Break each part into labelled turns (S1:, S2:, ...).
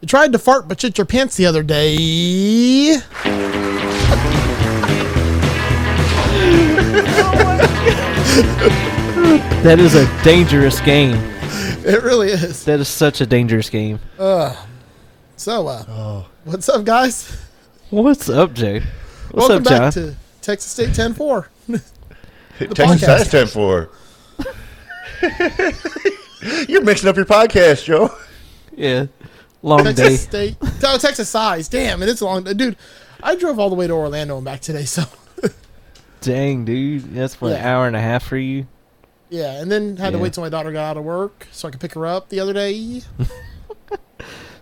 S1: You tried to fart but shit your pants the other day.
S2: That is a dangerous game.
S1: It really is.
S2: That is such a dangerous game.
S1: So, uh, what's up, guys?
S2: What's up, Jay? What's
S1: Welcome
S2: up,
S1: back
S2: John?
S1: to Texas State 10 4.
S3: Texas
S1: podcast.
S3: has 10 4. You're mixing up your podcast, Joe.
S2: yeah, long day.
S1: Texas State. Oh, Texas size. Damn, it is a long. Uh, Dude, I drove all the way to Orlando and back today, so.
S2: Dang, dude, that's what an
S1: Yeah.
S2: hour and a half for you.
S1: Yeah, and then had to
S2: Yeah.
S1: wait till my daughter got out of work so I could pick her up the other day.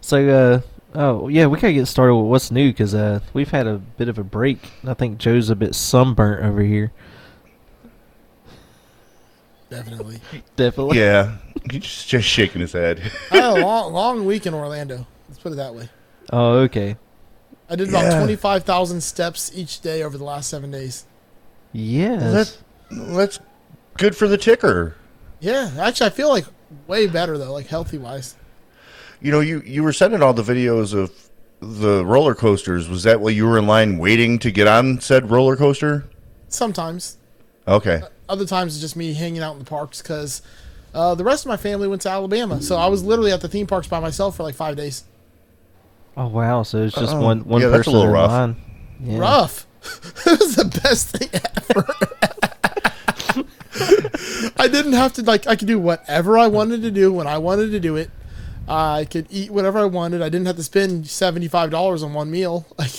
S2: So, uh, oh yeah, we gotta get started with what's new because uh, we've had a bit of a break. I think Joe's a bit sunburnt over here.
S1: Definitely.
S2: Definitely.
S3: Yeah. He's just, just shaking his head.
S1: I had a long, long week in Orlando. Let's put it that way.
S2: Oh, okay.
S1: I did about
S3: Yeah.
S1: 25,000 steps each day over the last seven days.
S2: Yes.
S3: That's good for the ticker.
S1: Yeah, actually, I feel like way better, though, like healthy wise.
S3: You know, you, you were sending all the videos of the roller coasters. Was that while you were in line waiting to get on said roller coaster?
S1: Sometimes.
S3: Okay.
S1: Other times, it's just me hanging out in the parks because uh, the rest of my family went to Alabama. So I was literally at the theme parks by myself for like five days.
S2: Oh wow. So it's just
S3: Oh,
S2: one one
S3: yeah, that's a
S2: person
S3: little
S2: in
S3: rough.
S2: line. Yeah.
S1: rough. it was the best thing ever. I didn't have to like I could do whatever I wanted to do when I wanted to do it. I could eat whatever I wanted. I didn't have to spend seventy five dollars on one meal. Like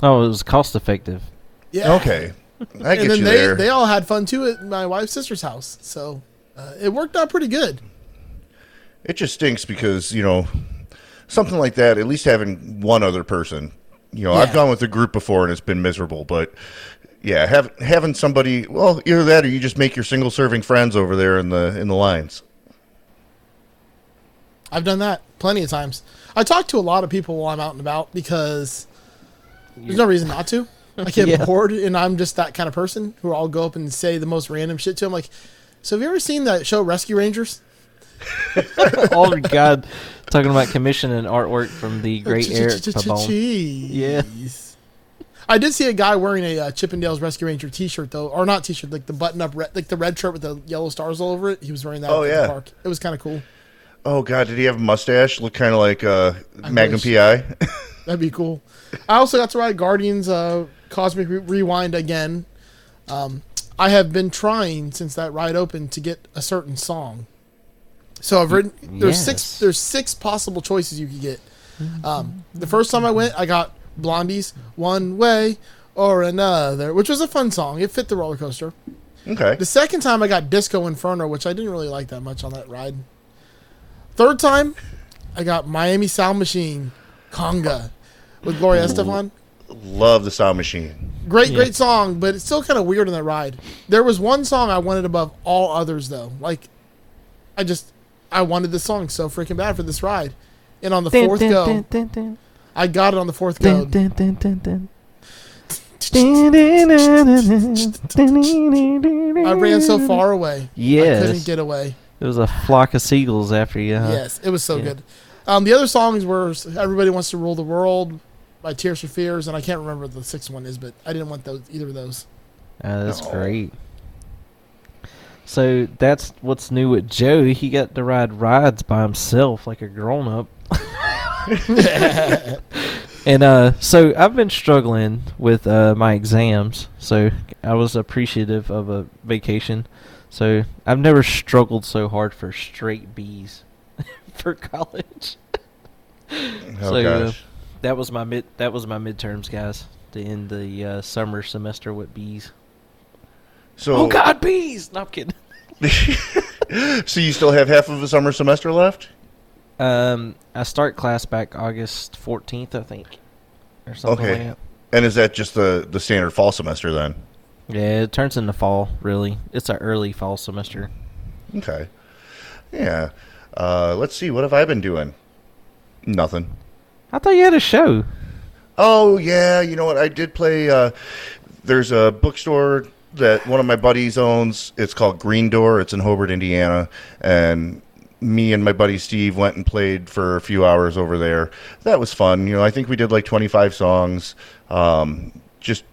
S2: Oh, it was cost effective.
S1: yeah.
S3: Okay. I get
S1: And then
S3: you
S1: they
S3: there.
S1: they all had fun too at my wife's sister's house. So uh, it worked out pretty good.
S3: It just stinks because, you know, something like that, at least having one other person. You know,
S1: Yeah.
S3: I've gone with a group before and it's been miserable, but yeah, have, having somebody, well, either that or you just make your single serving friends over there in the in the lines.
S1: I've done that plenty of times. I talk to a lot of people while I'm out and about because there's no reason not to. I get
S2: Yeah.
S1: bored, and I'm just that kind of person who I'll go up and say the most random shit to. I'm like, "So have you ever seen that show Rescue Rangers?"
S2: oh my god, talking about commission and artwork from the great Eric Pabon. Yeah.
S1: Jeez. I did see a guy wearing a uh, Chippendales Rescue Ranger T-shirt though, or not T-shirt, like the button-up, red, like the red shirt with the yellow stars all over it. He was wearing that.
S3: Oh,
S1: at the
S3: yeah.
S1: park. it was kind of cool.
S3: Oh God, did he have a mustache? Look kind of like uh,
S1: I
S3: Magnum
S1: wish.
S3: PI.
S1: That'd be cool. I also got to ride Guardians uh, Cosmic Re- Rewind again. Um, I have been trying since that ride opened to get a certain song. So I've written there's
S2: yes.
S1: six there's six possible choices you could get. Um, the first time I went, I got Blondie's "One Way or Another," which was a fun song. It fit the roller coaster.
S3: okay,
S1: The second time I got Disco Inferno, which I didn't really like that much on that ride. Third time, I got Miami Sound Machine, Conga, with Gloria Estefan.
S3: love the sound machine.
S1: Great,
S2: Yeah.
S1: great song, but it's still kind of weird on that ride. There was one song I wanted above all others, though. Like, I just, I wanted this song so freaking bad for this ride. And on the fourth go, I got it on the fourth go. I
S2: I
S1: ran so far away. I couldn't
S2: Yes,
S1: get away.
S2: it was a flock of seagulls after you. Huh?
S1: Yes, it was so
S2: Uh, Yeah.
S1: good. Um, the other songs were "Everybody Wants to Rule the World" by Tears for Fears, and I can't remember what the sixth one is, but I didn't want those either of those.
S2: Ah, that's
S3: No.
S2: great. So that's what's new with Joe. He got to ride rides by himself like a grown up. and uh, so I've been struggling with uh, my exams. So I was appreciative of a vacation. So I've never struggled so hard for straight B's for college.
S3: Oh
S2: So, uh,
S3: gosh,
S2: That was my mid. That was my midterms, guys. To end the uh, summer semester with B's.
S3: so
S2: oh God, B's! No, I'm kidding.
S3: so you still have half of a summer semester left?
S2: Um, I start class back August fourteenth, I think, or something
S3: Okay.
S2: like
S3: And is that just the the standard fall semester then?
S2: that. Yeah, it turns into fall. Really, it's an early fall semester.
S3: Okay, yeah. Uh, let's see. What have I been doing? Nothing.
S2: I thought you had a show.
S3: Oh yeah, you know what? I did play. Uh, there's a bookstore that one of my buddies owns. It's called Green Door. It's in Hobart, Indiana, and me and my buddy Steve went and played for a few hours over there. That was fun. You know, I think we did like 25 songs. Um, just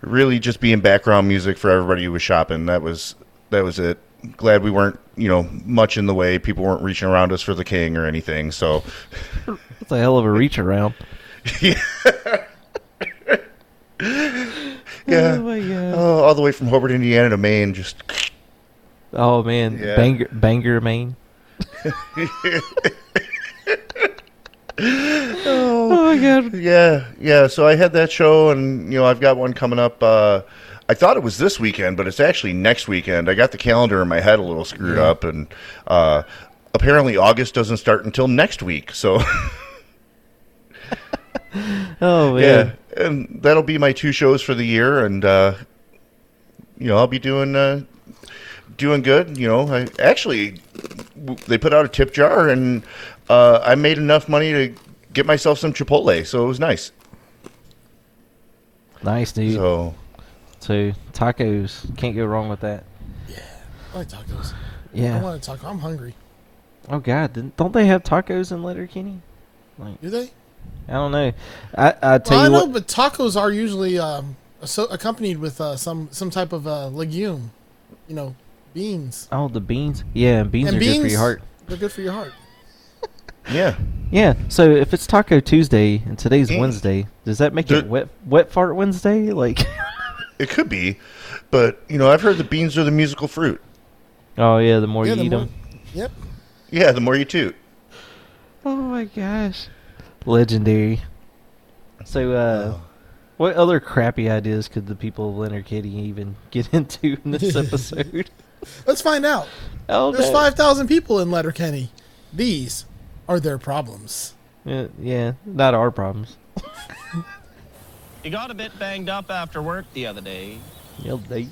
S3: really just being background music for everybody who was shopping. That was that was it. Glad we weren't, you know, much in the way. People weren't reaching around us for the king or anything. So,
S2: That's a hell of a reach around.
S3: yeah.
S2: Oh, my God.
S3: Oh, all the way from Hobart, Indiana to Maine, just
S2: Oh, man,
S3: Yeah.
S2: Banger, Banger, Maine. oh my god!
S3: Yeah, yeah. So I had that show, and you know, I've got one coming up. Uh, I thought it was this weekend, but it's actually next weekend. I got the calendar in my head a little screwed up, and uh, apparently August doesn't start until next week. So
S2: Oh man!
S3: yeah, and that'll be my two shows for the year, and uh, you know, I'll be doing uh, doing good. You know, I actually w- they put out a tip jar, and uh, I made enough money to get myself some Chipotle, so it was nice.
S2: Nice dude. So,
S3: So.
S2: tacos can't go wrong with that.
S1: I like tacos. I
S2: Yeah.
S1: want a taco. I'm hungry.
S2: Oh god! didn't- Don't they have tacos in Letterkenny?
S1: Do they?
S2: I don't know. I I tell
S1: Well, I
S2: you
S1: know,
S2: what.
S1: but tacos are usually um, asso- accompanied with uh, some some type of uh, legume. You know, beans.
S2: Oh, the beans. Yeah, and beans
S1: and
S2: are
S1: beans,
S2: good for your heart.
S1: they're good for your heart.
S3: Yeah.
S2: Yeah. So if it's Taco Tuesday and today's
S3: Mm.
S2: Wednesday, does that make it
S3: The-
S2: wet wet fart Wednesday? Like,
S3: It could be, but you know, I've heard the beans are the musical fruit.
S2: oh yeah, the more
S1: Yeah,
S2: you
S1: the
S2: eat
S1: more-
S2: them.
S1: Yep.
S3: Yeah, the more you toot.
S2: Oh my gosh. Legendary. So, uh, what other crappy ideas could the people of Leonard Kitty even get into in this episode?
S1: Let's find out.
S2: Oh,
S1: There's
S2: no.
S1: 5,000 people in Letterkenny. These are their problems.
S2: Yeah, yeah, not our problems.
S4: You got a bit banged up after work the other day.
S2: Yeah, they-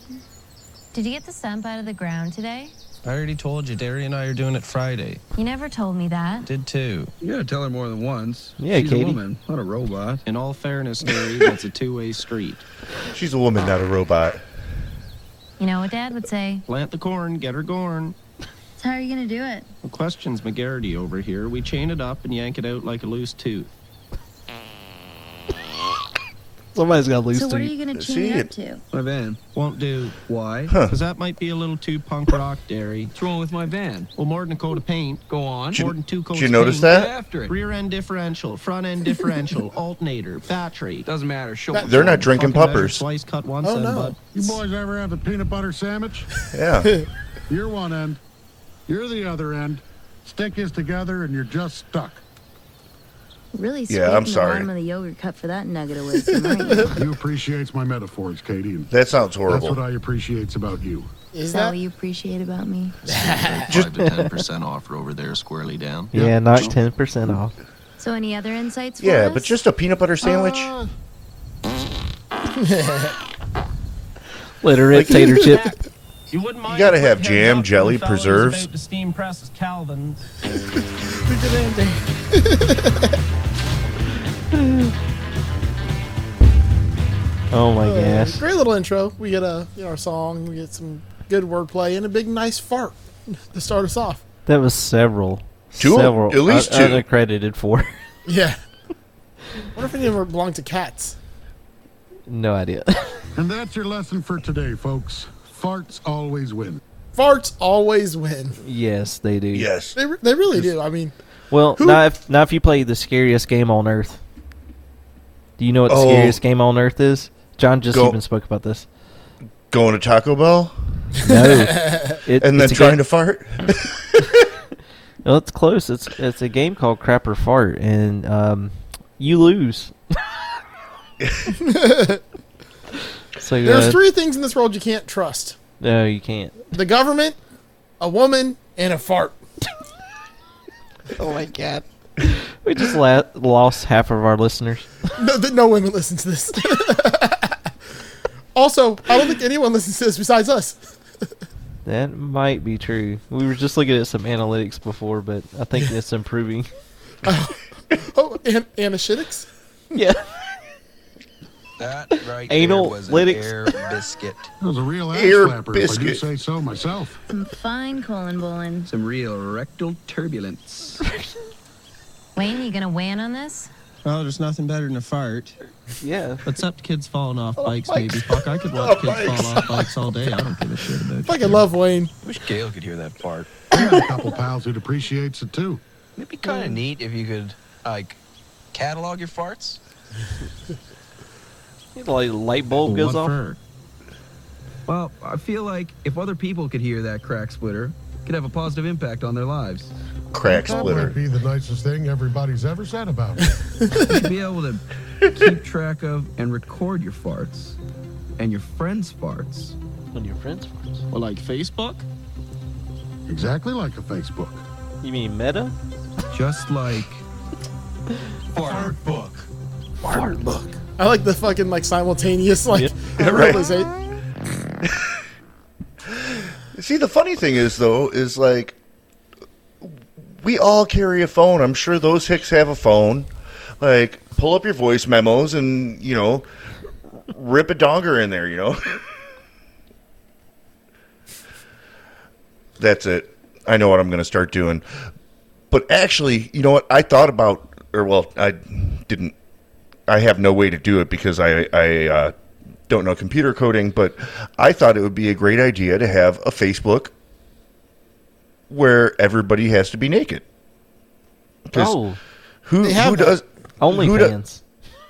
S5: Did you get the stump out of the ground today?
S4: I already told you, Derry and I are doing it Friday.
S5: You never told me that.
S4: Did too.
S6: You gotta tell her more than once.
S2: Yeah,
S6: She's
S2: Katie.
S6: a woman, not a robot.
S4: In all fairness, Derry, that's a two-way street.
S3: She's a woman, not a robot.
S5: You know what Dad would say.
S4: Plant the corn, get her gorn.
S5: So how are you gonna do it?
S4: No questions, McGarity over here. We chain it up and yank it out like a loose tooth.
S2: Somebody's got to lose
S5: so what are
S2: to
S5: you gonna
S3: See
S5: chain it up
S3: it.
S5: to?
S6: My van.
S4: Won't do.
S6: Why?
S4: Because that might be a little too punk rock, Derry.
S6: What's wrong with my van?
S4: Well, more than a coat of paint.
S6: Go on.
S3: Did you-
S4: More than two coats
S3: did you
S4: of
S3: notice
S4: paint.
S3: that?
S6: Get after it.
S4: Rear end differential, front end differential, alternator, battery.
S6: Doesn't matter. She'll.
S1: That-
S3: They're not drinking
S4: Fucking measure
S3: puppers.
S4: Twice cut once
S1: Oh,
S4: and
S1: no.
S4: bud.
S7: You boys ever have a peanut butter sandwich?
S3: Yeah.
S7: You're one end, you're the other end. Stick is together and you're just stuck.
S5: Really
S3: Yeah, I'm
S5: scraping
S3: sorry.
S5: the bottom of the yogurt cup for that nugget of wisdom, aren't you? Is
S7: You appreciates my metaphors, Katie, and
S3: That sounds
S7: that's what
S3: horrible.
S7: I appreciates about you.
S1: Is
S5: that
S1: that?
S5: what you appreciate about me?
S4: Five to ten percent offer over there, squarely down.
S2: Yeah, knock 10% off.
S5: So any other insights for
S3: Yeah,
S5: us?
S3: but just a peanut butter sandwich.
S7: Uh,
S2: Literate tater chip.
S4: You wouldn't mind.
S3: gotta
S4: a quick
S3: have
S4: heads
S3: jam,
S4: up when
S3: jelly,
S4: the fella who's
S3: preserves.
S4: about to steam press is Calvin.
S2: Oh my
S1: Uh,
S2: gosh.
S1: great little intro. We get a you know, our song. We get some good wordplay and a big nice fart to start us off.
S2: That was several.
S3: Two of 'em.
S2: several.
S3: At least
S2: un-
S3: two.
S2: Unaccredited for.
S1: Yeah. Wonder if any of them belong to cats.
S2: no idea.
S7: and that's your lesson for today, folks. Farts always win.
S1: Farts always win.
S2: yes, they do.
S3: Yes.
S1: They, re- they really do. I mean,
S2: Well,
S1: Who-
S2: not if, not if you play the scariest game on earth. Do you know what the
S3: Oh.
S2: scariest game on earth is? John just
S3: Go-
S2: even spoke about this.
S3: Going to Taco Bell
S2: No, It-
S3: and then
S2: it's a
S3: trying
S2: game-
S3: to fart.
S2: Well, it's close. It's it's a game called Crap or Fart, and um, you lose. so uh,
S1: there's three things in this world you can't trust:
S2: no, you can't.
S1: the government, a woman, and a fart.
S2: Oh my god, we just la- lost half of our listeners.
S1: No, th- no women listen to this. also, I don't think anyone listens to this besides us.
S2: That might be true. We were just looking at some analytics before, but I think it's improving.
S1: Oh, and Anashitics.
S2: Yeah.
S8: That right
S2: Anal
S8: there was
S2: lytics.
S8: an air biscuit.
S7: That was a real ass
S3: Air
S7: slapper, if I do
S3: biscuit.
S7: say so myself.
S5: Some fine colon bowling.
S6: Some real rectal turbulence.
S5: Wayne, you gonna win on this?
S9: Oh, there's nothing better than a fart.
S2: Yeah. Oh,
S9: Except kids falling off bikes, maybe. Fuck, I could watch kids
S3: bikes.
S9: fall off bikes all day. I don't give a shit about you.
S1: Fucking love Wayne.
S8: Wish Gail could hear that part.
S7: I got a couple pals who'd appreciates it too.
S8: It'd be kind
S2: Mm.
S8: of neat if you could like catalog your farts.
S2: Like light bulb
S9: Well,
S2: goes
S9: what
S2: off.
S9: fur?
S6: Well, I feel like if other people could hear that crack splitter, it could have a positive impact on their lives.
S3: Crack
S7: That might
S3: splitter.
S7: be the nicest thing everybody's ever said about me.
S6: You'd be able to keep track of and record your farts and your friends' farts.
S2: On your friend's farts.
S9: Well, like Facebook?
S7: exactly like a Facebook.
S2: You mean meta?
S6: Just like
S8: Fart book.
S2: Fart book.
S1: I like the fucking like simultaneous like
S2: Yep.
S3: right.
S1: realization.
S3: See, the funny thing is, though, is like we all carry a phone. I'm sure those hicks have a phone. Like, pull up your voice memos and you know, rip a donger in there. You know. That's it. I know what I'm going to start doing. But actually, you know what? I thought about, or well, I didn't. I have no way to do it because I I uh, don't know computer coding. But I thought it would be a great idea to have a Facebook where everybody has to be naked. 'Cause
S2: Oh,
S3: who
S1: They have
S3: who
S1: that.
S3: does?
S2: only
S3: who do-
S2: fans.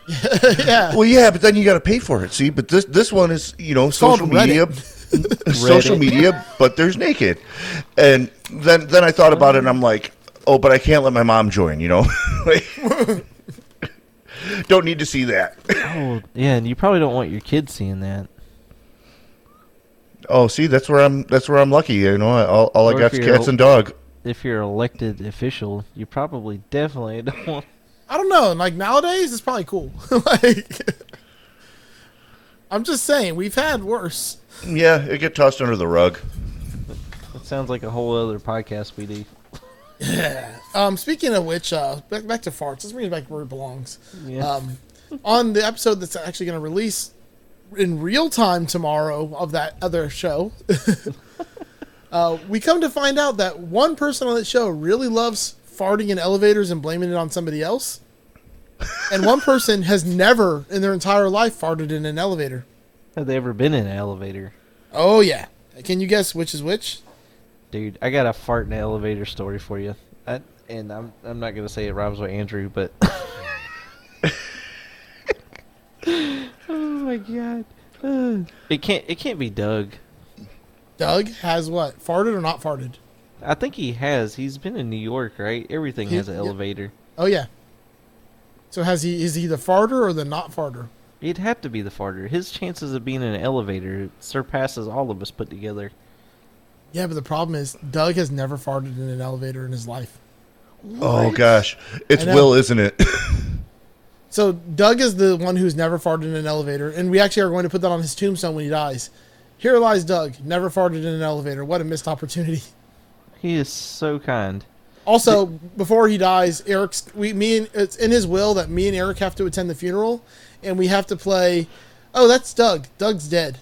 S1: yeah.
S3: Well, yeah, but then you got to pay for it. See, but this this one is you know
S1: called
S3: social media, social
S2: Reddit.
S3: media, but there's naked, and then then I thought about it, and I'm like, oh, but I can't let my mom join. You know, Like, don't need to see that.
S2: Oh, yeah, and you probably don't want your kids seeing that.
S3: Oh, see, that's where I'm that's where I'm lucky. You know, all, all I
S2: Or
S3: got
S2: if
S3: is
S2: you're
S3: cats
S2: a-
S3: and dog.
S2: If you're elected official, you probably definitely don't want.
S1: I don't know. Like nowadays, it's probably cool. like, I'm just saying, we've had worse.
S3: Yeah, it get tossed under the rug.
S2: That sounds like a whole other podcast e, we do.
S1: Um, speaking of which, uh, back, back to farts. Let's bring it back where it belongs.
S2: Yeah.
S1: Um, on the episode that's actually going to release in real time tomorrow of that other show, uh, we come to find out that one person on that show really loves farting in elevators and blaming it on somebody else, and one person has never in their entire life farted in an elevator.
S2: Have they ever been in an elevator?
S1: Oh yeah. Can you guess which is which?
S2: Dude, I got a fart in an elevator story for you. I, and I'm I'm not gonna say it rhymes with Andrew, but Oh my god. Uh, It can't it can't be Doug.
S1: Doug has what? Farted or not farted?
S2: I think he has. He's been in New York, right? Everything
S1: He-
S2: has an
S1: yeah.
S2: elevator.
S1: Oh yeah. So has he is he the farter or the not farter?
S2: It'd have to be the farter. His chances of being in an elevator surpasses all of us put together.
S1: Yeah, but the problem is Doug has never farted in an elevator in his life.
S3: Oh gosh, it's
S1: I know.
S3: Will, isn't it?
S1: So Doug is the one who's never farted in an elevator, and we actually are going to put that on his tombstone when he dies. Here lies Doug, never farted in an elevator. What a missed opportunity.
S2: He is so kind.
S1: Also, before he dies, Eric's we me and it's in his will that me and Eric have to attend the funeral, and we have to play. Oh, that's Doug. Doug's dead.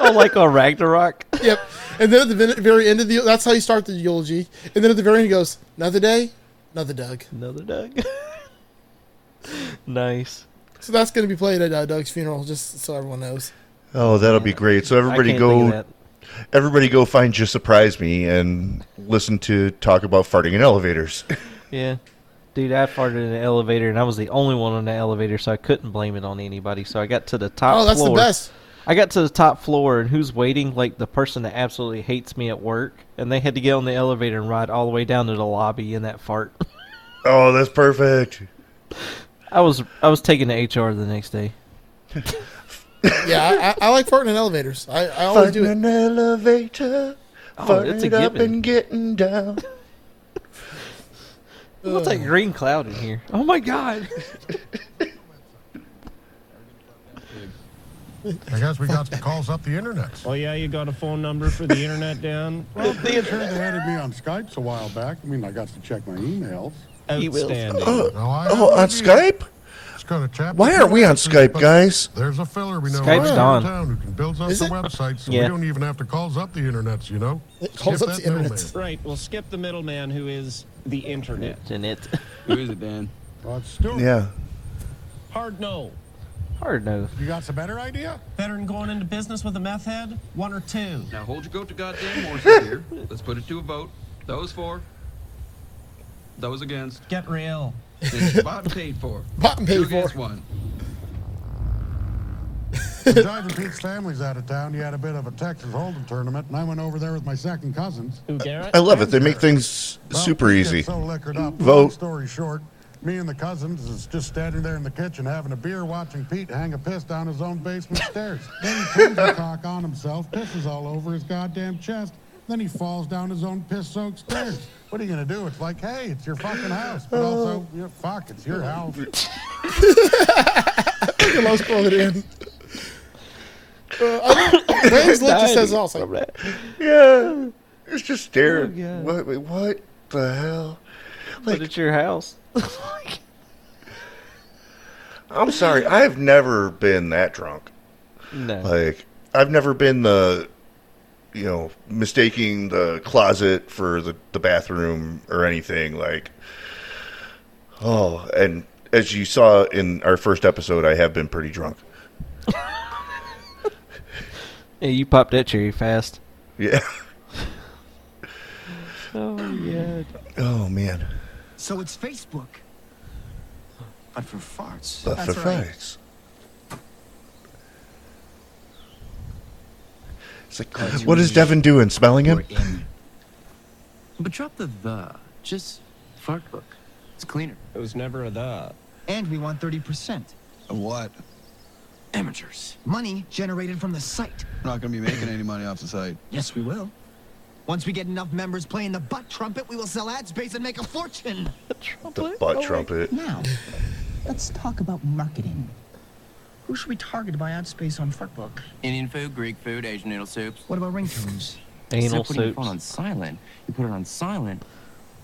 S2: oh like on Ragnarok.
S1: Yep. And then at the ven- very end of the that's how you start the eulogy. And then at the very end he goes, another day, another Doug.
S2: Another Doug. nice.
S1: So that's going to be played at uh, Doug's funeral, just so everyone knows.
S3: Oh, that'll be great. So
S2: I
S3: everybody
S2: can't
S3: go
S2: think of that.
S3: everybody go find just surprise me and listen to talk about farting in elevators.
S2: Yeah. Dude, I farted in an elevator, and I was the only one on the elevator, so I couldn't blame it on anybody. So I got to the top.
S1: Oh, that's
S2: floor.
S1: the best.
S2: I got to the top floor, and who's waiting? Like the person that absolutely hates me at work, and they had to get on the elevator and ride all the way down to the lobby in that fart.
S3: Oh, that's perfect.
S2: I was I was taking the HR the next day.
S1: Yeah, I, I, I like farting in elevators. I, I always do it.
S3: an elevator.
S2: Oh,
S3: Farting
S2: it's a
S3: up
S2: given.
S3: and getting down.
S2: What's that green cloud in here? Oh my god!
S7: I guess we got the calls up the internet.
S4: Oh yeah, you got a phone number for the internet down?
S7: Well, I'm pretty sure they added me on Skype a while back. I mean, I got to check my emails.
S4: Outstanding.
S3: Oh,
S7: No, I
S3: oh, on
S7: haven't.
S3: Skype?
S7: Dakota chapter.
S3: Why aren't we on Skype, guys?
S7: There's a feller we know
S2: Skype's
S7: right here in
S2: gone.
S7: town who can build us
S1: Is
S7: a
S1: it?
S7: website so
S2: Yeah.
S7: we don't even have to calls up the internets, you know?
S1: It calls
S7: Skip
S1: up
S7: that
S1: the internet.
S7: middleman.
S4: Right, we'll skip the middleman who is the internet.
S2: Jeanette.
S9: Who is it, Dan?
S7: Well, let's do it.
S3: Yeah.
S4: Hard no.
S2: Hard no.
S7: You got some better idea?
S4: Better than going into business with a meth head? One or two.
S6: Now hold your goat to goddamn horses here. Let's put it to a vote. Those for. Those against.
S4: Get real.
S6: It's bought and paid for.
S1: Bought and paid
S6: Two against
S1: for.
S6: one.
S7: The Diver Pete's family's out of town. He had a bit of a Texas Hold'em tournament, and I went over there with my second cousins.
S4: Who, Garrett?
S3: I love it. They make things
S7: Well,
S3: super
S7: we get
S3: easy.
S7: So liquored up.
S3: Vote.
S7: Long story short, me and the cousins is just standing there in the kitchen having a beer, watching Pete hang a piss down his own basement stairs. Then he turns the cock on himself, pisses all over his goddamn chest. Then he falls down his own piss-soaked stairs. What are you gonna do? It's like, hey, it's your fucking house, but
S3: Oh.
S7: also, yeah, fuck, it's your house.
S1: Look at Lost Call It In. Uh, I- Wayne's look just says also. Like,
S3: Yeah. It's just staring.
S2: Oh,
S3: what, wait, what the hell?
S2: But it's your house.
S3: I'm sorry. I've never been that drunk.
S2: No.
S3: Like, I've never been the, you know, mistaking the closet for the, the bathroom or anything. Like, oh, and as you saw in our first episode, I have been pretty drunk.
S2: yeah, you popped that cherry fast.
S3: Yeah.
S2: Oh yeah.
S3: Oh, man.
S10: So it's Facebook. But for farts.
S3: But for
S10: right.
S3: facts. It's like, what is Devin doing? Smelling him?
S10: But drop the the. Just fart book. It's cleaner.
S4: It was never a the.
S10: And we want 30%.
S6: What?
S10: Amateurs. Money generated from the site.
S6: We're not gonna be making any money off the site.
S10: Yes, we will. Once we get enough members playing the butt trumpet, we will sell ad space and make a fortune.
S3: The butt trumpet.
S11: Now, let's talk about marketing. Who should we target to buy ad space on Fartbook?
S8: Indian food, Greek food, Asian noodle soups.
S10: What about ringtones?
S2: Anal
S8: Except when you put it
S2: soups.
S8: on silent, you put it on silent,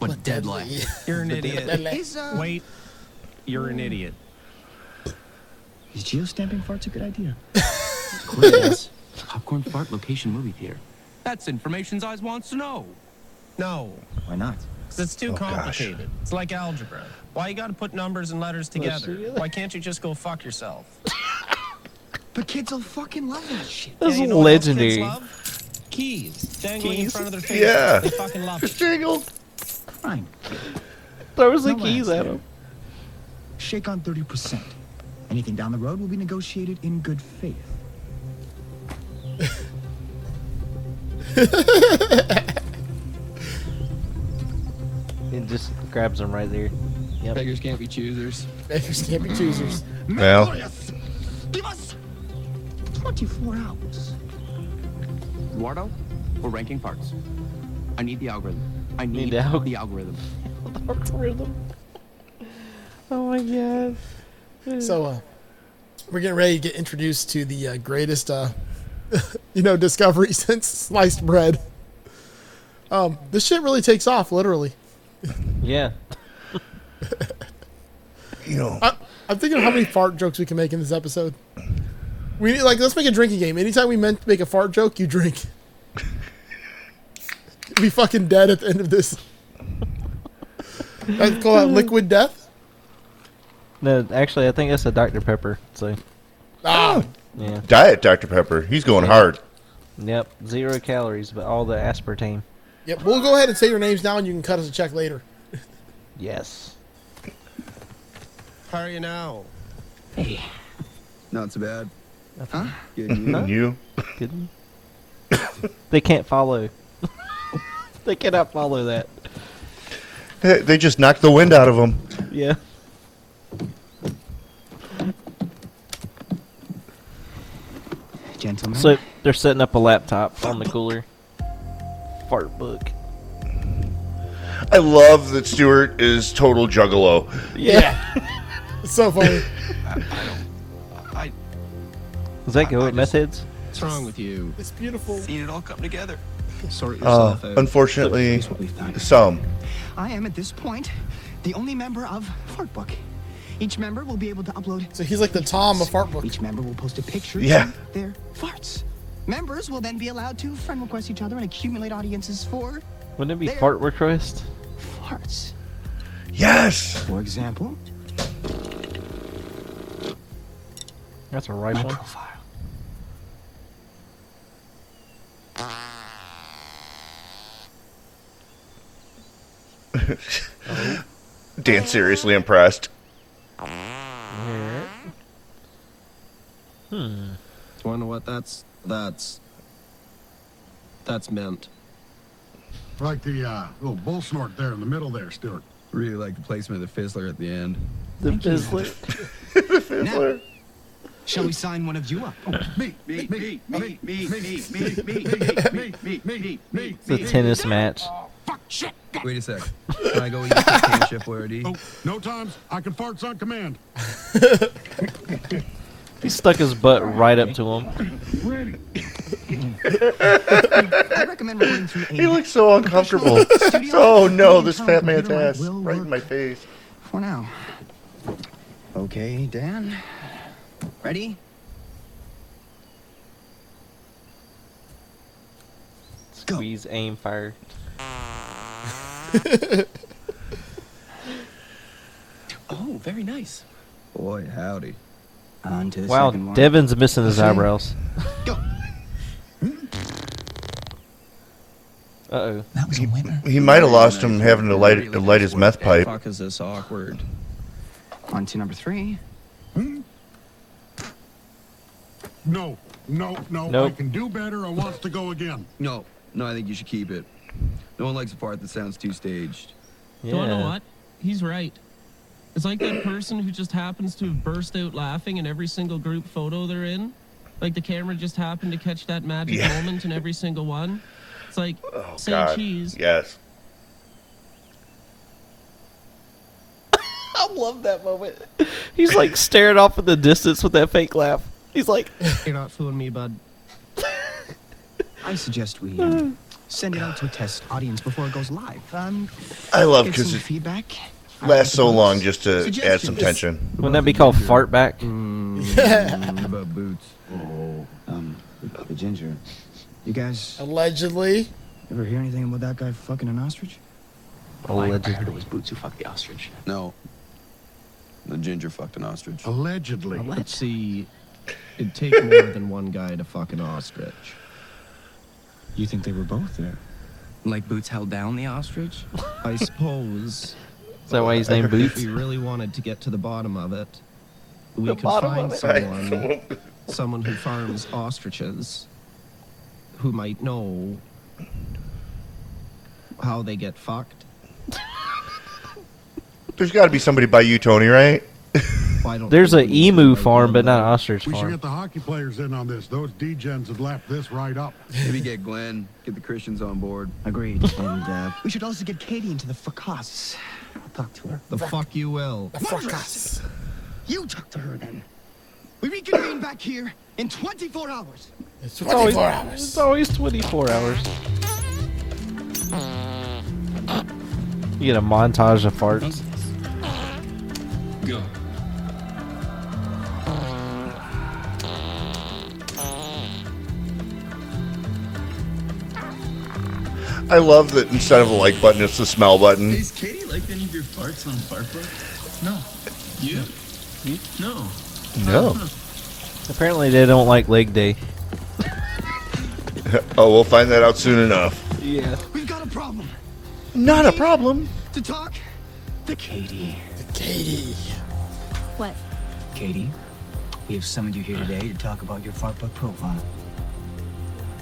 S8: but, deadly.
S4: You're an idiot.
S10: Is, uh,
S4: Wait. You're an idiot.
S11: Is geostamping farts a good idea?
S8: Quiz. Popcorn fart location movie theater. That's information Eyes wants to know.
S4: No.
S11: Why not?
S4: 'cause it's too
S3: Oh, gosh.
S4: complicated. It's like algebra. Why you gotta put numbers and letters together? Why can't you just go fuck yourself?
S10: But kids will fucking love that shit.
S2: That's
S4: Yeah, you know what else kids
S2: legendary.
S4: love? Keys dangling in front of their face.
S3: Yeah.
S4: They fucking love it.
S3: Jingle.
S11: Fine.
S2: Throws the
S11: No
S2: keys
S11: ads
S2: at
S11: there.
S2: him.
S11: Shake on 30%. Anything down the road will be negotiated in good faith.
S2: It just grabs him right there. Yep.
S9: Beggars can't be choosers.
S1: Beggars can't be choosers.
S3: Well,
S11: Give us 24 hours.
S8: Eduardo, we're ranking farts. I need the algorithm. I need,
S2: the alg-
S8: the algorithm.
S2: Oh my god.
S1: So uh, we're getting ready to get introduced to the uh, greatest, uh, you know, discovery since sliced bread. Um, this shit really takes off, literally.
S2: Yeah.
S3: you know,
S1: I, I'm thinking of how many fart jokes we can make in this episode. We need, like let's make a drinking game. Anytime we meant to make a fart joke, you drink. You'll be fucking dead at the end of this. I call that liquid death.
S2: No, actually, I think that's a Dr Pepper. So
S1: Ah,
S2: yeah.
S3: diet Dr. Pepper. He's going hard.
S2: Yep. Zero calories, but all the aspartame.
S1: yep. We'll go ahead and say your names now, and you can cut us a check later.
S2: Yes.
S4: How are you now?
S6: Not so bad.
S2: Nothing.
S6: Good news.
S3: You?
S2: Kidding? they can't follow. they cannot follow that.
S3: They they just knocked the wind out of him.
S2: Yeah.
S11: Gentlemen.
S2: So they're setting up a laptop on the cooler. Fart book.
S3: I love that Stuart is total juggalo.
S2: Yeah.
S1: It's so funny.
S8: I
S2: Does that go with meth heads?
S9: What's wrong with you?
S1: It's beautiful.
S8: seen it all come together.
S9: Sort
S3: Uh,
S9: yourself out.
S3: unfortunately,
S9: That's what we've done.
S3: some.
S11: I am at this point the only member of Fartbook.
S10: Each member will be able to upload.
S1: So he's like the Tom of fart book.
S10: Each member will post a picture.
S1: Yeah.
S10: of Their farts. Members will then be allowed to friend request each other and accumulate audiences for
S2: Wouldn't it be
S10: There.
S2: fart request?
S10: farts.
S3: Yes.
S10: For example,
S2: That's a right
S10: my
S2: one.
S10: profile.
S3: Dan seriously impressed.
S9: Hmm. Just wonder what that's that's that's meant.
S7: Like the uh, little bull snort there in the middle there, Stuart.
S6: Really like the placement of the fizzler at the end.
S2: The Bizzler.
S10: Now, shall we sign one of you up?
S7: Me, me, me, me, me, me, me, me, me, me, me, me, me.
S2: It's a tennis match.
S6: Wait a sec. Can I go eat this championship already?
S7: Oh, no times. I can farts on command.
S2: He stuck his butt right up to him.
S7: Ready.
S10: I recommend we're going through
S3: He looks so uncomfortable. oh no, this fat man's ass right in my face.
S10: for now. Okay, Dan. Ready?
S2: Squeeze, aim, fire.
S8: Oh, very nice.
S6: Boy, howdy.
S10: On to Uh, the
S2: Wow,
S10: second one.
S2: Devin's missing his eyebrows. Uh oh.
S10: That was a winner.
S3: He might have lost him having to light to light his meth pipe.
S6: Fuck is this awkward?
S10: On to number three.
S7: No, no, no.
S2: Nope.
S7: I can do better. I wants to go again.
S6: No, no, I think you should keep it. No one likes a part that sounds too staged.
S4: You wanna know
S2: Yeah.
S4: what? He's right. It's like that person who just happens to have burst out laughing in every single group photo they're in. Like the camera just happened to catch that magic
S3: Yeah.
S4: moment in every single one. It's like
S3: Oh
S4: say
S3: god.
S4: cheese.
S3: Yes.
S2: I love that moment. He's like staring off in the distance with that fake laugh. He's like,
S4: You're not fooling me, bud.
S10: I suggest we um, send it out to a test audience before it goes live. Um,
S3: I love
S10: get
S3: because
S10: some
S3: it
S10: feedback.
S3: lasts so long just to add some
S10: Suggestions.
S3: tension.
S2: wouldn't that be called fart back?
S6: What about boots?
S10: Oh, um, the, the ginger. You guys
S1: Allegedly.
S10: ever hear anything about that guy fucking an ostrich?
S8: I
S2: Allegedly.
S8: heard it was Boots who fucked the ostrich.
S9: No. The ginger fucked an ostrich.
S10: Oh.
S7: Allegedly.
S4: Let's see. It'd take more than one guy to fuck an ostrich.
S10: You think they were both there?
S8: Like Boots held down the ostrich?
S4: I suppose
S2: Is that why he's named
S4: if
S2: Boots?
S4: we really wanted to get to the bottom of it, we
S2: The
S4: could
S2: bottom
S4: find
S2: of
S4: someone, someone who farms ostriches, who might know how they get fucked.
S3: There's got to be somebody by you, Tony, right?
S4: Well, I don't
S2: There's
S4: think
S2: an
S4: we need to
S2: emu
S4: know
S2: farm, but
S4: that.
S2: not an ostrich
S7: We should
S2: farm.
S7: get the hockey players in on this. Those D-gens have lapped this right up.
S6: Maybe get Glenn, get the Christians on board.
S10: Agreed. and uh, we should also get Katie into the fracas. I'll talk to her.
S4: The fuck you will.
S1: Fracas.
S10: You talk to her then. We reconvene back here in 24 hours.
S1: It's
S2: It's always,
S1: 24 hours.
S2: it's always 24 hours. You get a montage of farts.
S9: Go.
S3: I love that instead of a like button, it's the smell button.
S8: Is Katie like any of your farts on Fartbook? No. You? No.
S3: No.
S2: Apparently, they don't like leg day.
S3: Oh, we'll find that out soon enough.
S2: Yeah.
S10: We've got a problem.
S3: Not a problem.
S10: To talk to Katie.
S1: Katie.
S5: What?
S10: Katie, we have summoned you here today to talk about your fartbook profile.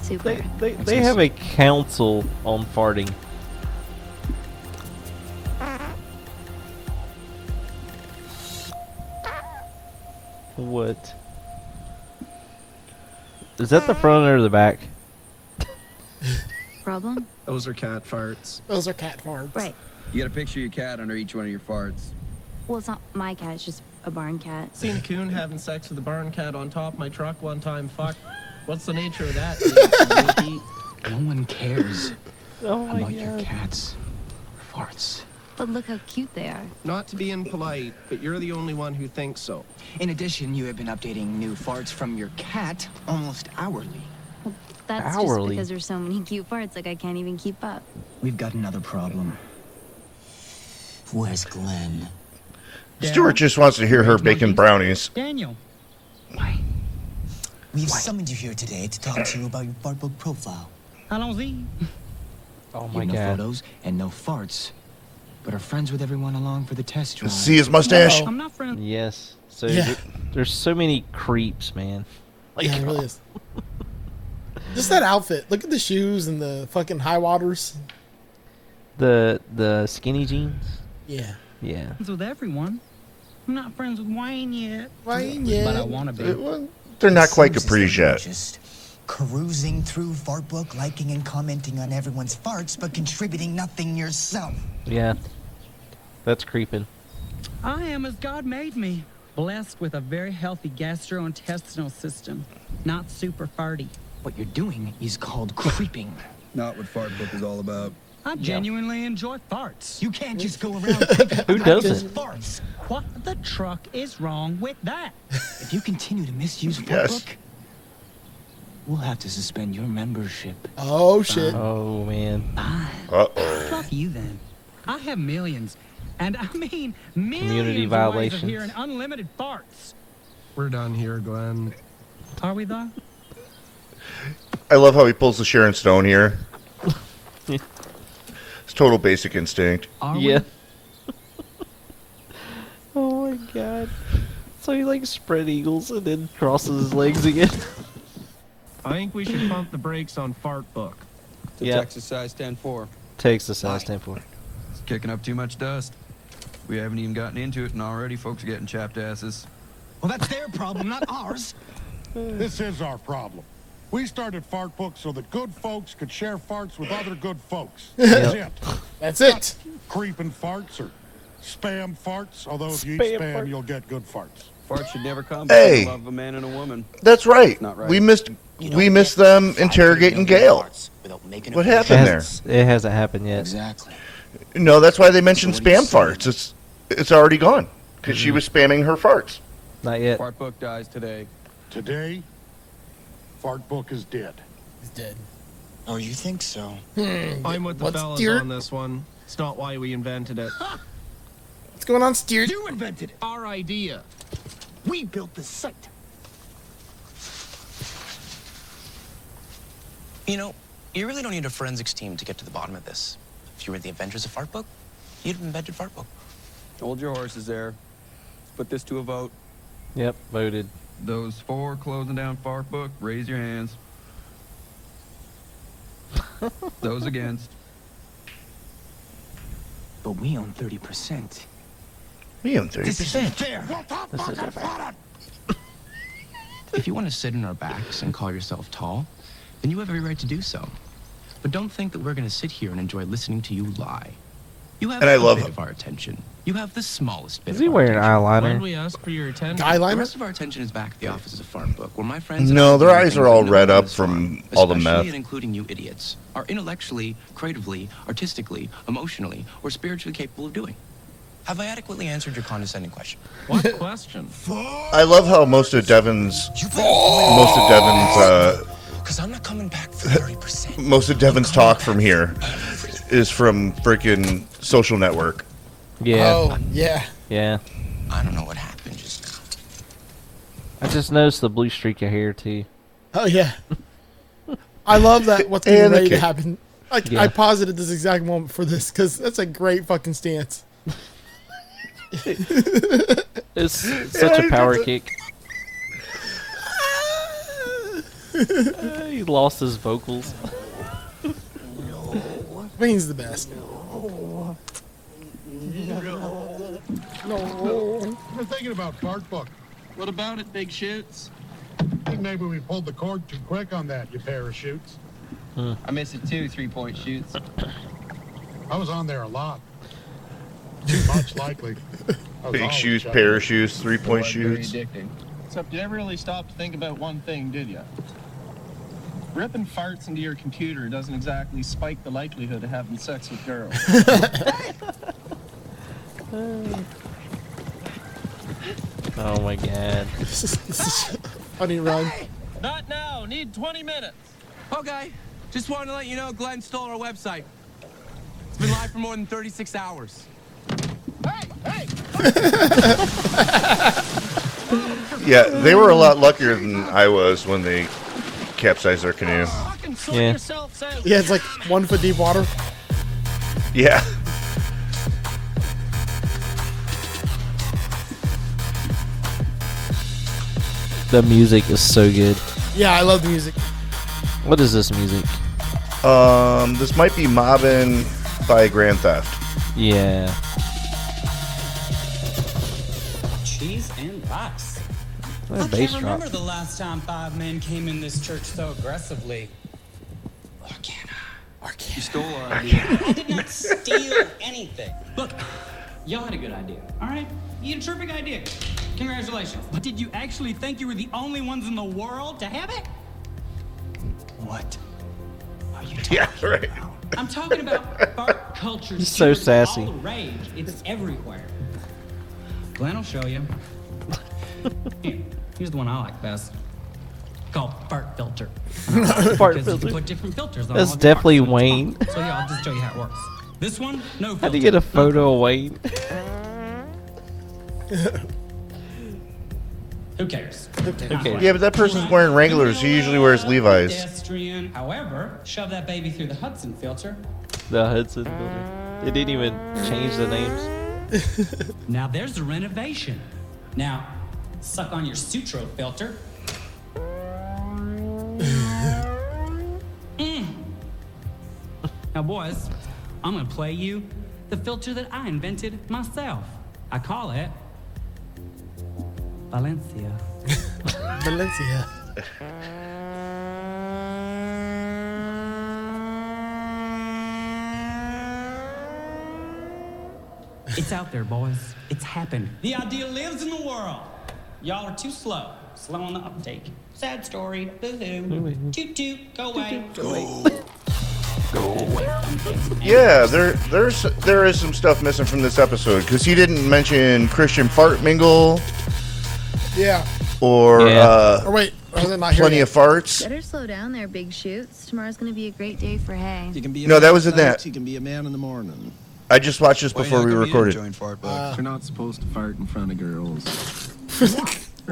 S5: Super.
S2: They, they, they have a council on farting. What? Is that the front or the back?
S5: Problem?
S9: Those are cat farts.
S1: Those are cat farms.
S5: Right.
S6: You gotta picture your cat under each one of your farts.
S5: Well, it's not my cat. It's just a barn cat.
S4: Seen a coon having sex with a barn cat on top of my truck one time. Fuck. What's the nature of that? Yankee?
S10: No one cares
S2: Oh my
S10: about your
S2: god.
S10: cats or farts.
S5: But look how cute they are.
S9: Not to be impolite, but you're the only one who thinks so.
S11: In addition, you have been updating new farts from your cat almost hourly.
S5: That's just
S11: Hourly.
S5: because there's so many cute parts, like I can't even keep up.
S11: We've got another problem. Where's Glenn?
S3: Stuart just wants to hear her baking brownies.
S11: Daniel.
S10: We've summoned you here today to talk to you about your Bartbook profile.
S11: Allons-y.
S2: Oh
S11: my no photos and no farts, but are friends with everyone along for the test drive.
S3: See his mustache?
S11: I'm not friends.
S2: Yes. So
S11: Yeah.
S2: th- there's so many creeps, man.
S1: yeah, it really is. Just that outfit. Look at the shoes and the fucking high waters.
S2: The the skinny jeans.
S1: Yeah.
S2: Yeah.
S11: Friends with everyone. I'm not friends with Wayne yet.
S1: Wayne
S11: But I want to be.
S3: Uh, They're not quite
S10: Seems
S3: capris
S10: as though you're
S3: yet.
S10: Just carousing through Fartbook, liking and commenting on everyone's farts, but contributing nothing yourself.
S2: Yeah. That's creeping.
S12: I am as God made me, blessed with a very healthy gastrointestinal system, not super farty.
S11: What you're doing is called creeping.
S6: Not what Fart Book is all about.
S12: I genuinely enjoy farts.
S11: You can't just go around
S2: Who doesn't?
S11: farts.
S12: What the truck is wrong with that?
S11: If you continue to misuse Fartbook, we'll have to suspend your membership.
S1: Oh shit.
S2: Oh man.
S3: Uh oh.
S12: Fuck you then. I have millions, and I mean millions
S2: Community
S12: of ways of hearing
S2: violations.
S12: unlimited farts.
S9: We're done here, Glenn.
S12: Are we though?
S3: I love how he pulls the Sharon Stone here. it's total basic instinct.
S2: yeah. oh my god. So he like spread eagles and then crosses his legs again.
S4: I think we should pump the brakes on Fart Book.
S6: It's
S2: Yeah.
S6: exercise stand for.
S2: Takes the size stand for.
S6: It's kicking up too much dust. We haven't even gotten into it, and already folks are getting chapped asses.
S10: Well, that's their problem, not ours.
S7: This is our problem. We started Fart Book so that good folks could share farts with other good folks. That's
S1: Yep.
S7: it.
S1: That's it.
S7: Creeping farts or spam farts, although if you
S1: Spam
S7: eat spam,
S1: fart.
S7: you'll get good farts.
S9: Fart should never come
S3: Hey.
S9: between the love of a man and a woman.
S3: That's right.
S9: Not right.
S3: We missed we missed them interrogating Gail. What
S2: It,
S3: happened there?
S2: has, it hasn't happened yet.
S11: Exactly.
S3: No, that's why they mentioned spam farts. It's it's already gone because she was spamming her farts.
S2: Not yet.
S9: Fart Book dies today.
S7: Today, Fart Book is dead.
S1: He's dead.
S10: Oh, you think so?
S4: I'm with the
S1: What's
S4: fellas
S1: dear-
S4: on this one. It's not why we invented it.
S1: What's going on, Steer?
S10: You invented it.
S4: Our idea.
S10: We built this site.
S13: You know, you really don't need a forensics team to get to the bottom of this. If you were the inventors of Fartbook, you'd have invented Fartbook.
S9: Hold your horses there. Let's put this to a vote.
S2: Yep, voted.
S6: Those four closing down Fart Book, raise your hands. Those against.
S11: But we own 30%.
S3: We own thirty
S11: This isn't
S3: percent.
S11: fair.
S13: This is if you want to sit in our backs and call yourself tall, then you have every right to do so. But don't think that we're going to sit here and enjoy listening to you lie. You have
S3: And I
S13: a
S3: love-
S13: bit of our attention. You have the smallest bit
S2: Is
S13: of
S2: he
S13: our
S2: wearing
S13: attention.
S2: eyeliner?
S4: When we ask for your attention,
S13: The rest of our attention is back at the offices of Farmbook, where my friends. and I
S3: No, their
S13: do
S3: eyes
S13: things
S3: are
S13: that
S3: all
S13: no
S3: red
S13: one
S3: up
S13: is
S3: from
S13: fine,
S3: all the
S13: especially and
S3: meth.
S13: including you idiots, are intellectually, creatively, artistically, emotionally, or spiritually capable of doing. Have I adequately answered your condescending question?
S4: What question?
S3: I love how most of Devon's most of Devon's uh,
S13: Because I'm not coming back for 30%.
S3: most of Devon's talk from here is from freaking social network.
S2: Yeah.
S1: Oh yeah.
S2: Yeah.
S13: I don't know what happened just now.
S2: I just noticed the blue streak of hair too.
S1: Oh yeah. I love that. What's getting
S2: And a
S1: ready to
S2: kick.
S1: happen? Like
S2: Yeah.
S1: I posited this exact moment for this because that's a great fucking stance.
S2: It's such a power kick. Uh, he lost his vocals.
S1: Wayne's the best.
S7: No. We're thinking about Fart Book.
S4: What about it, Big Shoots?
S7: I think maybe we pulled the cord too quick on that, you parachutes.
S9: I miss it too, three point shoots.
S7: I was on there a lot. Too much likely. I was
S3: Big
S7: always
S3: shoes,
S7: shut
S3: pair
S7: in.
S3: of shoes, three point
S9: Boy, very
S3: shoots.
S9: addicting.
S4: Except you never really stopped to think about one thing, did you? Ripping farts into your computer doesn't exactly spike the likelihood of having sex with girls.
S2: Oh my god.
S1: I need run.
S14: Not now. Need 20 minutes.
S13: Okay. Just wanted to let you know Glenn stole our website. It's been live for more than 36 hours.
S3: Yeah, they were a lot luckier than I was when they capsized their canoe.
S2: Yeah.
S1: Yeah, it's like one foot deep water.
S3: Yeah.
S2: The music is so good.
S1: Yeah, I love the music.
S2: What is this music?
S3: Um, this might be mobbing by Grand Theft.
S2: Yeah.
S15: Cheese and rice.
S2: What a
S15: I
S2: bass
S15: can't
S2: drop.
S15: remember the last time five men came in this church so aggressively.
S13: You stole our
S15: I did not steal anything. Look, y'all had a good idea, all right? You had a terrific idea. Congratulations. But did you actually think you were the only ones in the world to have it?
S10: What?
S3: Yeah, right.
S15: I'm talking about fart culture.
S2: He's so
S15: stupid, all
S2: sassy.
S15: the rage. It's everywhere. Glenn will show you. Here, here's the one I like best. Called fart filter.
S2: Fart
S15: Because you can
S2: filter.
S15: put different filters on
S2: That's
S15: all the
S2: definitely
S15: farts.
S2: Wayne.
S15: So yeah, I'll just show you how it works. This one, no filter.
S2: How'd you get a photo of Wayne?
S15: Who cares?
S3: Yeah, but that person's wearing Wranglers. He usually wears Levi's.
S15: Pedestrian. However, shove that baby through the Hudson filter.
S2: the Hudson building. They didn't even change the names.
S15: Now there's the renovation. Now, suck on your Sutro filter. Mm. Now, boys, I'm gonna play you the filter that I invented myself. I call it Valencia.
S1: Valencia.
S15: It's out there, boys. It's happened. The idea lives in the world. Y'all are too slow. Slow on the uptake. Sad story. Boo hoo. Toot toot. Go away. Go away.
S3: Yeah, there, there's, there is some stuff missing from this episode because he didn't mention Christian Fart Mingle
S1: Yeah.
S3: or
S1: Yeah.
S3: uh,
S1: Or wait, or is it not here
S3: Plenty
S1: yet?
S3: of Farts.
S5: Better slow down there, big shoots. Tomorrow's gonna be a great day for hay.
S4: You can be a
S3: No,
S4: man
S3: that
S4: at
S3: was in
S4: night,
S3: that.
S4: You can be a man in the morning.
S3: I just watched this before we recorded.
S4: You're not supposed to fart in front of girls.
S16: There's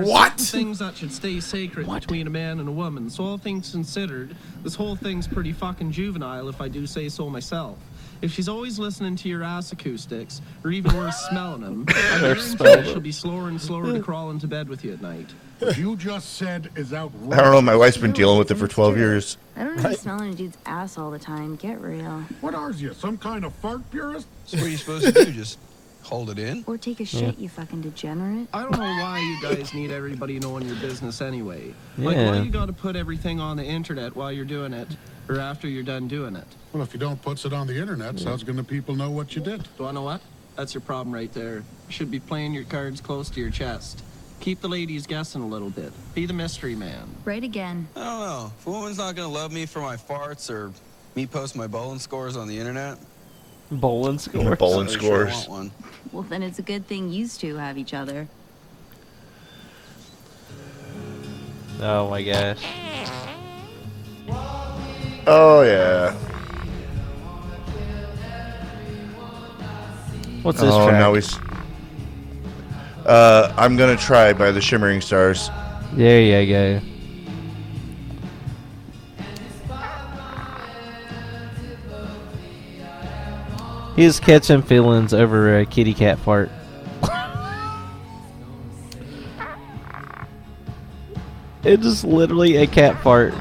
S4: what? Things that should stay sacred between a man and a woman. So all things considered, this whole thing's pretty fucking juvenile, if I do say so myself. If she's always listening to your ass acoustics, or even worse, smelling them, I
S2: Or
S4: guarantee
S2: smelling
S4: she'll be slower and slower to crawl into bed with you at night.
S7: What you just said is outrageous.
S3: I don't know. My wife's been dealing with it for 12 years.
S5: I don't know. Smelling a dude's ass all the time. Get real.
S7: What are you, some kind of fart purist?
S4: So what are you supposed to do? Just hold it in?
S5: Or take a shit, you fucking degenerate.
S4: I don't know why you guys need everybody knowing your business anyway. Like,
S7: Yeah.
S4: why you gotta put everything on the internet while you're doing it, or after you're done doing it?
S7: Well, if you don't put it on the internet, so how's going to people know what you did?
S4: Do I know what? That's your problem right there. You should be playing your cards close to your chest. Keep the ladies guessing a little bit. Be the mystery man.
S5: Right again.
S6: I don't know. If a woman's not gonna love me for my farts or me post my bowling scores on the internet,
S2: Bowling scores.
S3: Bowling
S6: I sure
S3: scores.
S6: want one.
S5: Well, then it's a good thing you two have each other.
S2: Oh my gosh.
S3: Oh yeah.
S2: What's this
S3: oh,
S2: track?
S3: Now he's. Uh, I'm gonna try by the Shimmering Stars.
S2: There you go. He's catching feelings over a kitty cat fart. it is literally a cat fart.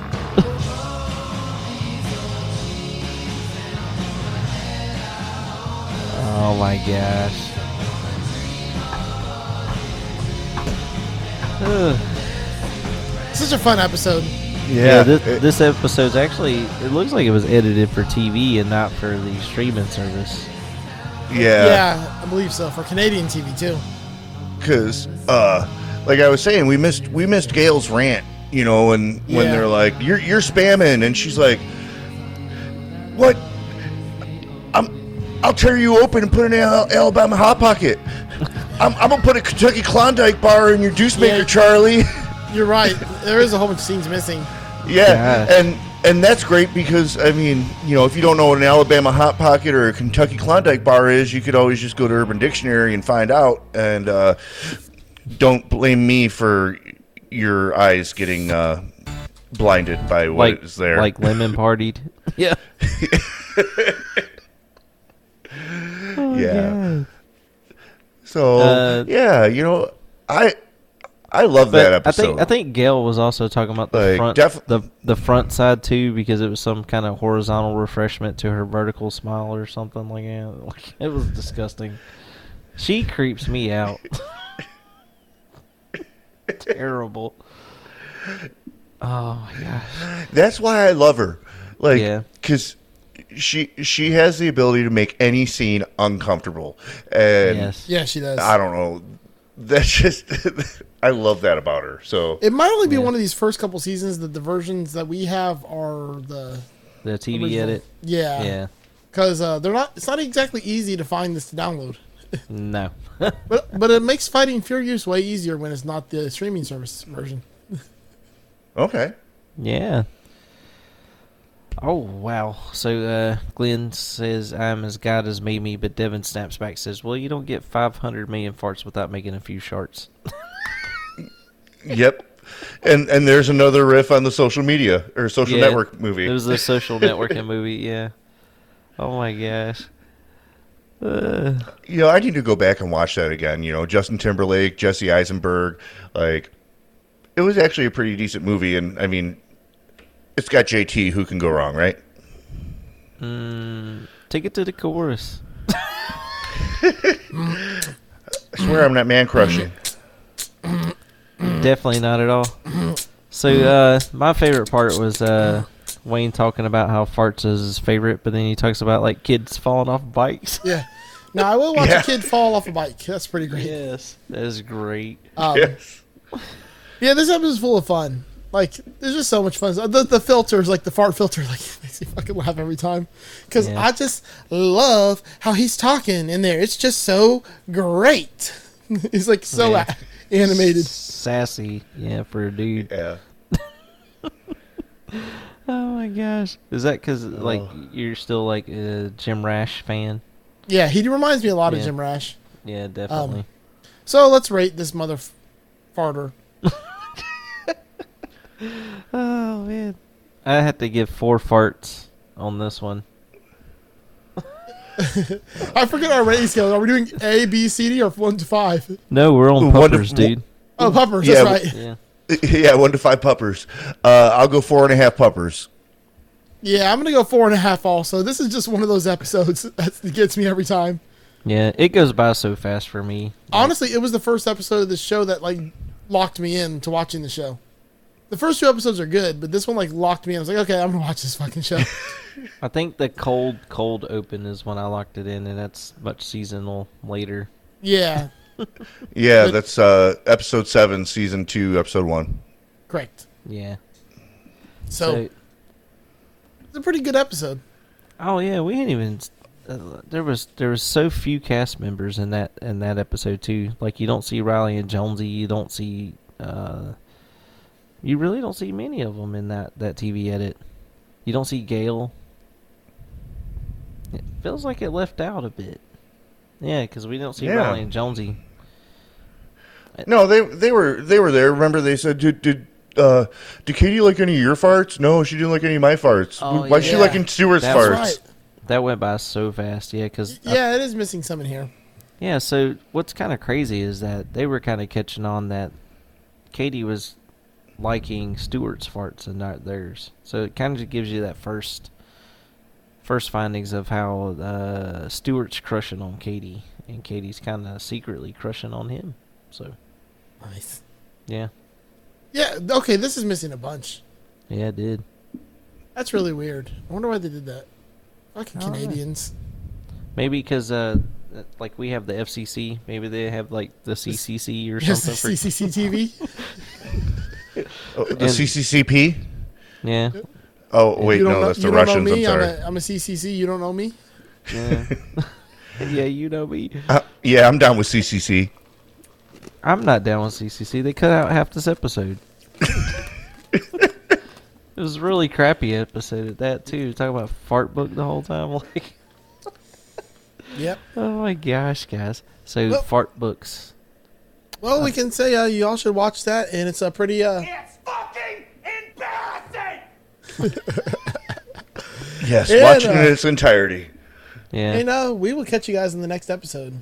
S2: oh my gosh. Ugh.
S1: Such a fun episode.
S2: Yeah,
S3: Uh,
S2: thi- this, episode's actually, it looks like it was edited for TV and not for the streaming service.
S1: Yeah, I believe so. For Canadian TV too.
S3: Because, uh, like I was saying, we missed we missed Gail's rant. You know, and when
S1: Yeah.
S3: they're like, "You're you're spamming," and she's like, "What? I'm I'll tear you open and put an Al- Alabama hot pocket. I'm, I'm gonna put a Kentucky Klondike bar in your juice maker, Charlie.
S1: You're right. There is a whole bunch of scenes missing.
S3: Yeah, and and that's great because I mean, you know, if you don't know what an Alabama hot pocket or a Kentucky Klondike bar is, you could always just go to Urban Dictionary and find out. And uh, don't blame me for your eyes getting uh, blinded by what is
S2: like
S3: there.
S2: like lemon partied. yeah.
S3: yeah. So yeah, you know, I I love that
S2: Uh, But
S3: episode.
S2: I think I think Gail was also talking about the
S3: Like,
S2: front
S3: def-
S2: the the front side too because it was some kind of horizontal refreshment to her vertical smile or something like that. Like, it was disgusting. She creeps me out. Terrible. Oh my gosh.
S3: That's why I love her. Like, because she she has the ability to make any scene uncomfortable. And
S1: Yes. Yeah, she does.
S3: I don't know. That's just I love that about her. So
S1: It might only be one of these first couple seasons that the versions that we have are the
S2: The TV
S1: original.
S2: edit.
S1: Yeah.
S2: Yeah.
S1: because uh, they're not. It's not exactly easy to find this to download.
S2: No.
S1: But but it makes fighting Furious way easier when it's not the streaming service version.
S3: Okay.
S2: Yeah. Oh wow! So uh, Glenn says, "I'm as God has made me," but Devin snaps back, says, "Well, you don't get 500 million farts without making a few sharts."
S3: yep. And and there's another riff on the social media or social
S2: Yeah,
S3: network movie.
S2: It was the social networking movie. Yeah. Oh my gosh. Uh,
S3: you know, I need to go back and watch that again. You know, Justin Timberlake, Jesse Eisenberg, like it was actually a pretty decent movie. And I mean, it's got JT. Who can go wrong, right?
S2: mm, take it to the chorus.
S3: I swear I'm not man crushing.
S2: Definitely not at all. So uh, my favorite part was uh, Wayne talking about how farts is his favorite, but then he talks about like kids falling off bikes.
S1: Yeah. Now I will watch
S2: Yeah.
S1: a kid fall off a bike. That's pretty great.
S2: Yes. That is great.
S1: Um, Yeah, this episode's full of fun. Like, there's just so much fun. The, the filters, like the fart filter, like makes me fucking laugh every time. Because
S2: Yeah.
S1: I just love how he's talking in there. It's just so great. he's like so
S2: Yeah.
S1: a- animated.
S2: sassy. Yeah, for a dude.
S3: Yeah.
S2: oh my gosh. Is that because like you're still like a Jim Rash fan?
S1: Yeah, he reminds me a lot
S2: Yeah.
S1: of Jim Rash.
S2: Yeah, definitely.
S1: So let's rate this mother f- farter.
S2: oh man. I had to give four farts on this one.
S1: I forget our rating scale. Are we doing A, B, C, D, or one to five?
S2: No, we're on
S3: One to-
S2: puppers, dude.
S1: Oh, puppers.
S3: yeah,
S1: that's right.
S2: Yeah.
S3: yeah, one to five puppers. Uh, I'll go four and a half puppers.
S1: Yeah, I'm gonna go four and a half. Also, this is just one of those episodes that gets me every time.
S2: Yeah, it goes by so fast for me.
S1: Honestly, it was the first episode of the show that like locked me in to watching the show. The first two episodes are good, but this one like locked me in. I was like, okay, I'm gonna watch this fucking show.
S2: I think the cold, cold open is when I locked it in, and that's much seasonal later.
S1: yeah,
S3: Yeah,
S1: But-
S3: that's uh, episode seven, season two, episode one.
S1: correct.
S2: Yeah.
S1: So, it's a pretty good episode.
S2: Oh yeah, we didn't even. Uh, there was there was so few cast members in that in that episode too. Like you don't see Riley and Jonesy. You don't see. Uh, you really don't see many of them in that that TV edit. You don't see Gail. It feels like it left out a bit. Yeah, because we don't see
S3: Yeah.
S2: Riley and Jonesy.
S3: No, they they were they were there. Remember, they said, "Did did uh, did Katie like any of your farts? No, she didn't like any of my farts.
S2: Oh,
S3: Why is she
S2: yeah.
S3: liking Stewart's
S2: That's
S3: farts?"
S1: right.
S2: That went by so fast. Yeah, because
S1: Yeah, it is missing some in here.
S2: Yeah, so what's kind of crazy is that they were kind of catching on that Katie was liking Stewart's farts and not theirs. So it kind of gives you that first first findings of how uh, Stewart's crushing on Katie and Katie's kind of secretly crushing on him. So
S1: Nice.
S2: yeah,
S1: Yeah. Okay, this is missing a bunch.
S2: yeah, it did.
S1: That's really weird. I wonder why they did that. Fucking
S2: All right.
S1: Canadians.
S2: Maybe because uh, like we have the FCC, maybe they have like the CCC or
S1: Yes,
S2: something. for-
S1: CCCTV.
S3: Oh, the
S2: And-
S3: CCCP.
S2: Yeah.
S3: Oh wait,
S1: You don't
S3: Oh, no,
S1: know-
S3: that's
S1: you
S3: the
S1: don't know
S3: Russians. I'm
S1: me?
S3: sorry.
S1: a, I'm a CCC. You don't know me.
S2: Yeah. yeah, you know me.
S3: Uh, yeah, I'm down with CCC.
S2: I'm not down with CCC. They cut out half this episode. it was a really crappy episode at that too. Talking about fart book the whole time, like.
S1: Yep.
S2: Oh my gosh, guys! So
S1: Well-
S2: fart books.
S1: Well, we can say uh, you all should watch that, and it's a pretty. Uh,
S3: Yes,
S1: Yeah,
S3: watching it
S1: no.
S3: in its entirety.
S2: Yeah.
S1: And uh, we will catch you guys in the next episode.